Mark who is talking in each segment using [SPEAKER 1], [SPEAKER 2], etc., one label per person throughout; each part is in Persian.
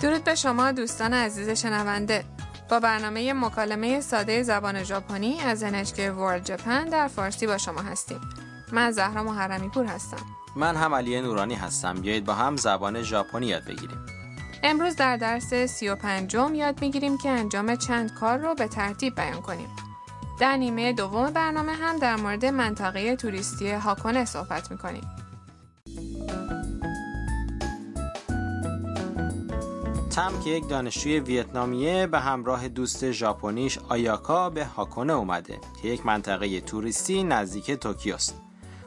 [SPEAKER 1] درود به شما دوستان عزیز شنونده با برنامه مکالمه ساده زبان ژاپنی از NHK World Japan در فارسی با شما هستیم من زهرا محرمی پور هستم
[SPEAKER 2] من هم علی نورانی هستم بیایید با هم زبان ژاپنی یاد بگیریم
[SPEAKER 1] امروز در درس سی و پنجم یاد میگیریم که انجام چند کار رو به ترتیب بیان کنیم در نیمه دوم برنامه هم در مورد منطقه توریستی هاکونه صحبت میکنیم
[SPEAKER 2] تم که یک دانشجوی ویتنامیه به همراه دوست ژاپنیش آیاکا به هاکونه اومده که یک منطقه توریستی نزدیک توکیوست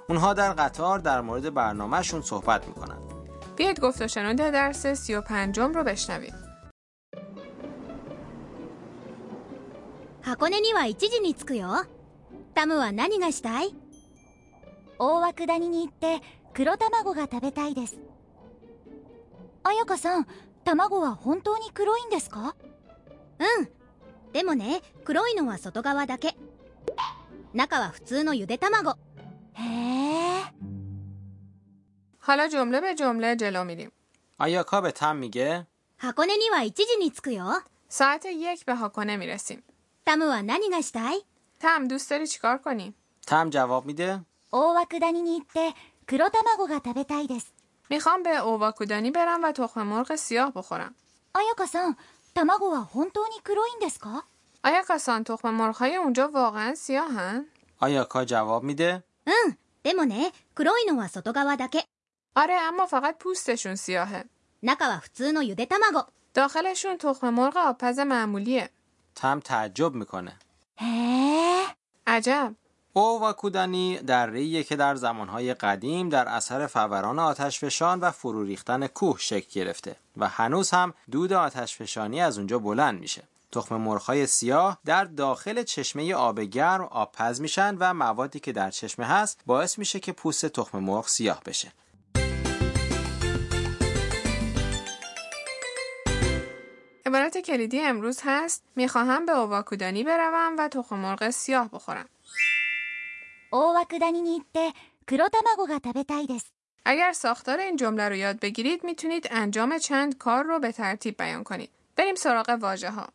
[SPEAKER 2] اونها در قطار در مورد برنامهشون صحبت میکنن
[SPEAKER 1] بیاید گفت و شنود درس سی و پنجم رو بشنویم
[SPEAKER 3] 箱根には1時に着くよタムは何がしたい大涌谷に行って黒卵が食べたいです彩香さん卵は本当に黒いんですかうんでもね黒いのは外側だけ中は普通のゆで卵へえ
[SPEAKER 1] حالا جمله به جمله جلو میریم
[SPEAKER 2] آیاکا به تم میگه
[SPEAKER 3] 箱根には1時に着くよ
[SPEAKER 1] ساعت یک به هاکونه میرسیم
[SPEAKER 3] タムは何がしたい
[SPEAKER 1] تم دوست داری چیکار کنی
[SPEAKER 2] تم جواب میده
[SPEAKER 3] 大涌谷に行って黒卵が食べたいです
[SPEAKER 1] میخوام به اوواکودانی برم و تخم مرغ سیاه بخورم
[SPEAKER 3] 彩香さん卵は本当に黒いんですか
[SPEAKER 1] آیا کسان تخم مرغهای اونجا واقعا سیاهن؟
[SPEAKER 2] آیاکا جواب میده
[SPEAKER 3] うんでもね黒いのは外側だけ
[SPEAKER 1] آره اما فقط پوستشون سیاهه
[SPEAKER 3] 中は普通のゆで卵
[SPEAKER 1] داخلشون تخم مرغ آبپز معمولیه
[SPEAKER 2] تم تعجب میکنه
[SPEAKER 3] へえ
[SPEAKER 1] عجب
[SPEAKER 2] او و کودانی دریه که در زمانهای قدیم در اثر فوران آتشفشان و فرو ریختن کوه شکل گرفته و هنوز هم دود آتشفشانی از اونجا بلند میشه. تخم مرغ‌های سیاه در داخل چشمه آب گرم آبپز میشن و موادی که در چشمه هست باعث میشه که پوست تخم مرغ سیاه بشه.
[SPEAKER 1] عبارت کلیدی امروز هست میخواهم به اوواکودانی بروم و تخم مرغ سیاه بخورم
[SPEAKER 3] 大涌谷に行って黒卵が食べたいです
[SPEAKER 1] اگر ساختار این جمله رو یاد بگیرید میتونید انجام چند کار رو به ترتیب بیان کنید بریم سراغ واژه ها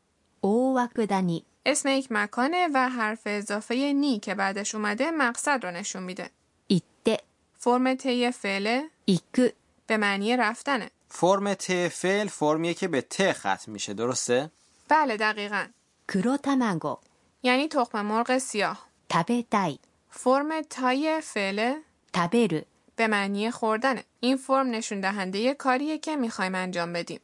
[SPEAKER 4] 大涌谷
[SPEAKER 1] اسم یک مکانه و حرف اضافه نی که بعدش اومده مقصد رو نشون میده
[SPEAKER 4] 行って
[SPEAKER 1] فرم طی فعله
[SPEAKER 4] 行く
[SPEAKER 1] به معنی رفتنه
[SPEAKER 2] فرم ت فعل فرمیه که به ت ختم میشه درسته؟
[SPEAKER 1] بله دقیقا
[SPEAKER 4] 黒卵
[SPEAKER 1] یعنی تخم مرغ سیاه
[SPEAKER 4] 食べたい
[SPEAKER 1] فرم تای فعله
[SPEAKER 4] 食べる
[SPEAKER 1] به معنی خوردنه این فرم نشون دهنده کاریه که میخوایم انجام بدیم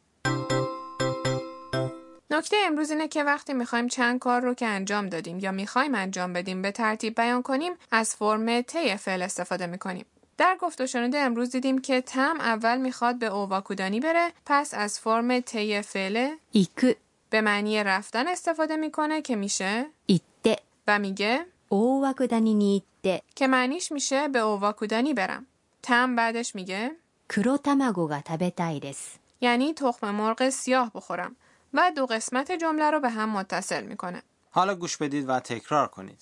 [SPEAKER 1] نکته امروز اینه که وقتی میخوایم چند کار رو که انجام دادیم یا میخوایم انجام بدیم به ترتیب بیان کنیم از فرم طی فعل استفاده میکنیم در گفت و شنود امروز دیدیم که تم اول میخواد به اوواکودانی بره پس از فرم طی فعله
[SPEAKER 4] 行く
[SPEAKER 1] به معنی رفتن استفاده میکنه که میشه
[SPEAKER 4] 行って
[SPEAKER 1] و میگه
[SPEAKER 4] 大涌谷に行って
[SPEAKER 1] که معنیش میشه به اوواکودانی برم. تم بعدش میگه
[SPEAKER 4] 黒卵が食べたいです
[SPEAKER 1] یعنی تخم مرغ سیاه بخورم و دو قسمت جمله رو به هم متصل میکنه.
[SPEAKER 2] حالا گوش بدید و تکرار کنید.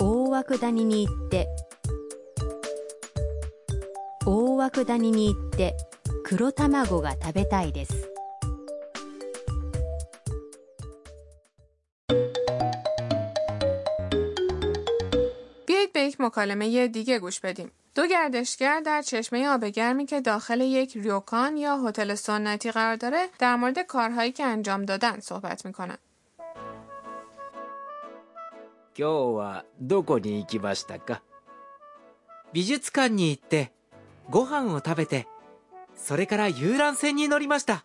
[SPEAKER 4] 大涌谷に行って大涌谷に行って黒卵が食べたいです
[SPEAKER 1] بیایید به یک مکالمه دیگه گوش بدیم. دو گردشگر در چشمه آب گرمی که داخل یک ریوکان یا هتل سنتی قرار داره در مورد کارهایی که انجام دادن صحبت میکنن.
[SPEAKER 5] 今日はどこに行きましたか美術館に行ってご飯を食べてそれから遊覧船に乗りました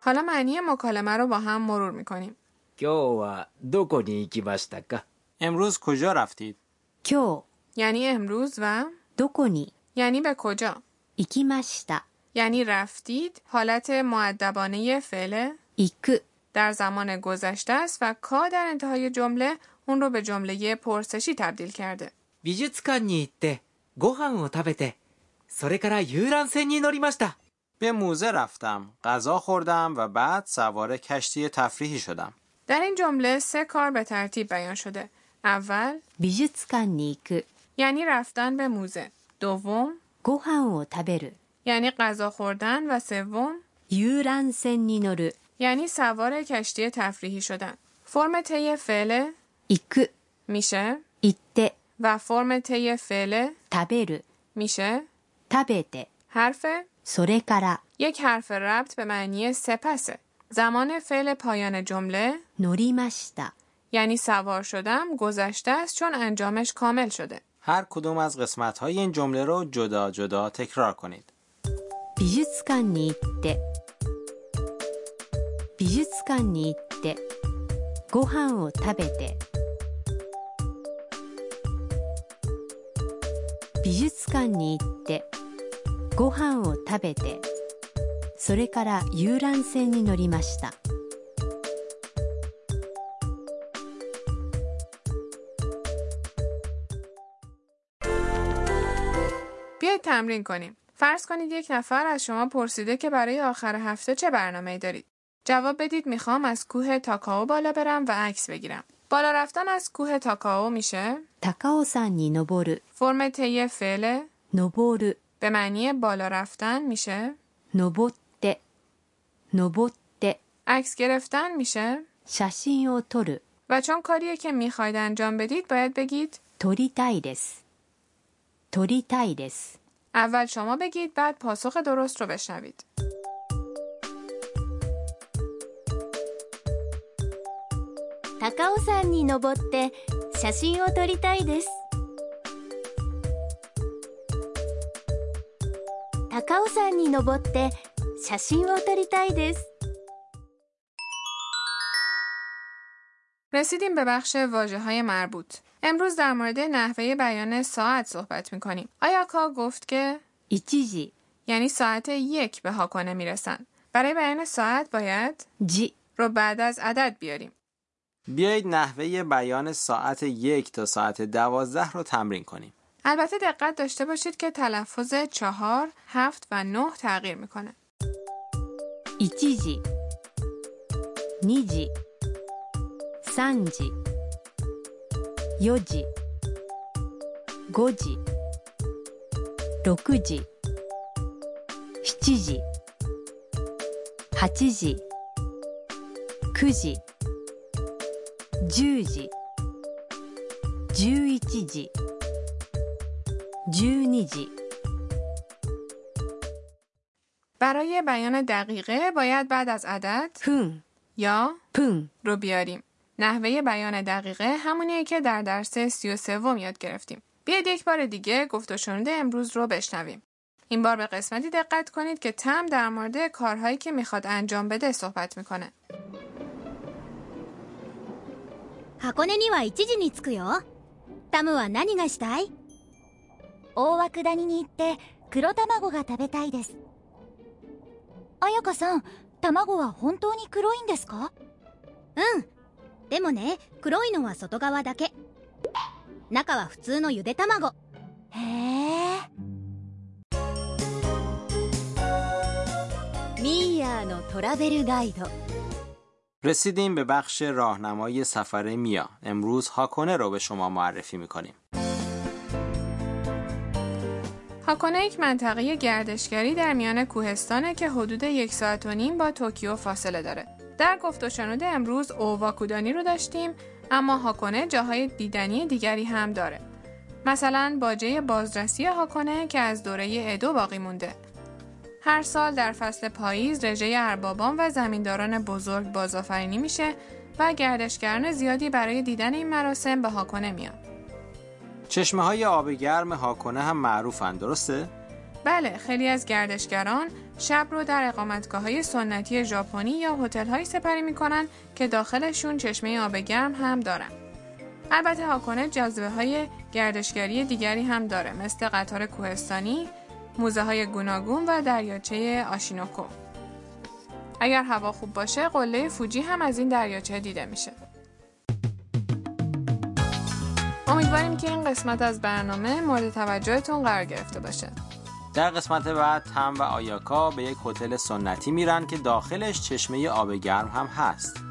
[SPEAKER 1] حالا معنی مکالمه رو با هم مرور میکنیم.
[SPEAKER 5] 今日はどこに行きましたか
[SPEAKER 2] امروز کجا رفتید؟
[SPEAKER 4] 今日
[SPEAKER 1] یعنی امروز و
[SPEAKER 4] どこに
[SPEAKER 1] یعنی به کجا؟
[SPEAKER 4] 行きました
[SPEAKER 1] یعنی رفتید حالت معدبانه فعله
[SPEAKER 4] 行く
[SPEAKER 1] در زمان گذشته است و کا در انتهای جمله اون رو به جمله پرسشی تبدیل کرده.
[SPEAKER 5] 美術館に行ってご飯を食べてそれから遊覧船に乗りました
[SPEAKER 2] به موزه رفتم، غذا خوردم و بعد سوار کشتی تفریحی شدم.
[SPEAKER 1] در این جمله سه کار به ترتیب بیان شده. اول
[SPEAKER 4] 美術館に行く
[SPEAKER 1] یعنی رفتن به موزه. دوم
[SPEAKER 4] ご飯を食べる
[SPEAKER 1] یعنی غذا خوردن و سوم
[SPEAKER 4] 遊覧船に乗る、
[SPEAKER 1] یعنی سوار کشتی تفریحی شدن فرم طی فعله
[SPEAKER 4] 行く、
[SPEAKER 1] میشه
[SPEAKER 4] 行って、
[SPEAKER 1] و فرم طی فعله
[SPEAKER 4] 食べる、
[SPEAKER 1] میشه
[SPEAKER 4] 食べて、
[SPEAKER 1] حرف
[SPEAKER 4] それから、
[SPEAKER 1] یک حرف ربط به معنی سپسه زمان فعل پایان جمله
[SPEAKER 4] 乗りました。
[SPEAKER 1] یعنی سوار شدم گذشته است چون انجامش کامل شده
[SPEAKER 2] هر کدوم از قسمت های این جمله رو جدا جدا تکرار کنید.
[SPEAKER 4] 美術館に行って美術館に行ってご飯を食べて美術館に行ってご飯を食べてそれから遊覧船に乗りました
[SPEAKER 1] بیایید تمرین کنیم فرض کنید یک نفر از شما پرسیده که برای آخر هفته چه برنامه‌ای دارید جواب بدید میخوام از کوه تاکاو بالا برم و عکس بگیرم بالا رفتن از کوه تاکاو میشه
[SPEAKER 4] 高尾山に登る
[SPEAKER 1] فرم طی فعل
[SPEAKER 4] 登る
[SPEAKER 1] به معنی بالا رفتن میشه
[SPEAKER 4] 登って登って
[SPEAKER 1] عکس گرفتن میشه
[SPEAKER 4] 写真を撮る
[SPEAKER 1] و چون کاریه که میخواید انجام بدید باید بگید
[SPEAKER 4] 撮りたいです撮りたいです
[SPEAKER 1] اول شما بگید بعد پاسخ درست رو بشنوید
[SPEAKER 3] 「高尾山に登って写真を撮りたいです」「高尾山に登って写真を撮りたいです」
[SPEAKER 1] رسیدیم به بخش واجه های مربوط امروز در مورد نحوه بیان ساعت صحبت میکنیم آیاکا گفت که
[SPEAKER 4] 1時
[SPEAKER 1] یعنی ساعت یک به هاکانه میرسن برای بیان ساعت باید
[SPEAKER 4] 時
[SPEAKER 1] رو بعد از عدد بیاریم
[SPEAKER 2] بیایید نحوه بیان ساعت یک تا ساعت دوازده رو تمرین کنیم.
[SPEAKER 1] البته دقت داشته باشید که تلفظ چهار، هفت و نه تغییر میکنه
[SPEAKER 4] 1時2時3時4時5時6時7時8時9時10時11時12時
[SPEAKER 1] برای بیان دقیقه باید بعد از عدد
[SPEAKER 4] 分
[SPEAKER 1] یا
[SPEAKER 4] 分
[SPEAKER 1] رو بیاریم. نحوه بیان دقیقه همونیه که در درس 33 یاد گرفتیم. بیاید یک بار دیگه گفت و شنوده امروز رو بشنویم. این بار به قسمتی دقت کنید که تم در مورد کارهایی که میخواد انجام بده صحبت میکنه.
[SPEAKER 3] 箱根には1時に着くよタムは何がしたい大涌谷に行って黒卵が食べたいです彩香さん卵は本当に黒いんですかうんでもね黒いのは外側だけ中は普通のゆで卵へえミーヤーのトラベルガイド
[SPEAKER 2] رسیدیم به بخش راهنمای سفر میا. امروز هاکونه رو به شما معرفی میکنیم.
[SPEAKER 1] هاکونه یک منطقه گردشگری در میان کوهستانه که حدود یک ساعت و نیم با توکیو فاصله داره. در گفت و شنوده امروز اوواکودانی رو داشتیم اما هاکونه جاهای دیدنی دیگری هم داره. مثلا باجه بازرسی هاکونه که از دوره ادو باقی مونده. هر سال در فصل پاییز رژه اربابان و زمینداران بزرگ بازآفرینی میشه و گردشگران زیادی برای دیدن این مراسم به هاکونه میان.
[SPEAKER 2] چشمه های آب گرم هاکونه هم معروفن درسته؟
[SPEAKER 1] بله خیلی از گردشگران شب رو در اقامتگاه های سنتی ژاپنی یا هتل هایی سپری میکنن که داخلشون چشمه آب گرم هم دارن البته هاکونه جذبه های گردشگری دیگری هم داره مثل قطار کوهستانی موزه های گوناگون و دریاچه آشینوکو اگر هوا خوب باشه قله فوجی هم از این دریاچه دیده میشه امیدواریم که این قسمت از برنامه مورد توجهتون قرار گرفته باشه
[SPEAKER 2] در قسمت بعد تم و آیاکا به یک هتل سنتی میرن که داخلش چشمه آب گرم هم هست.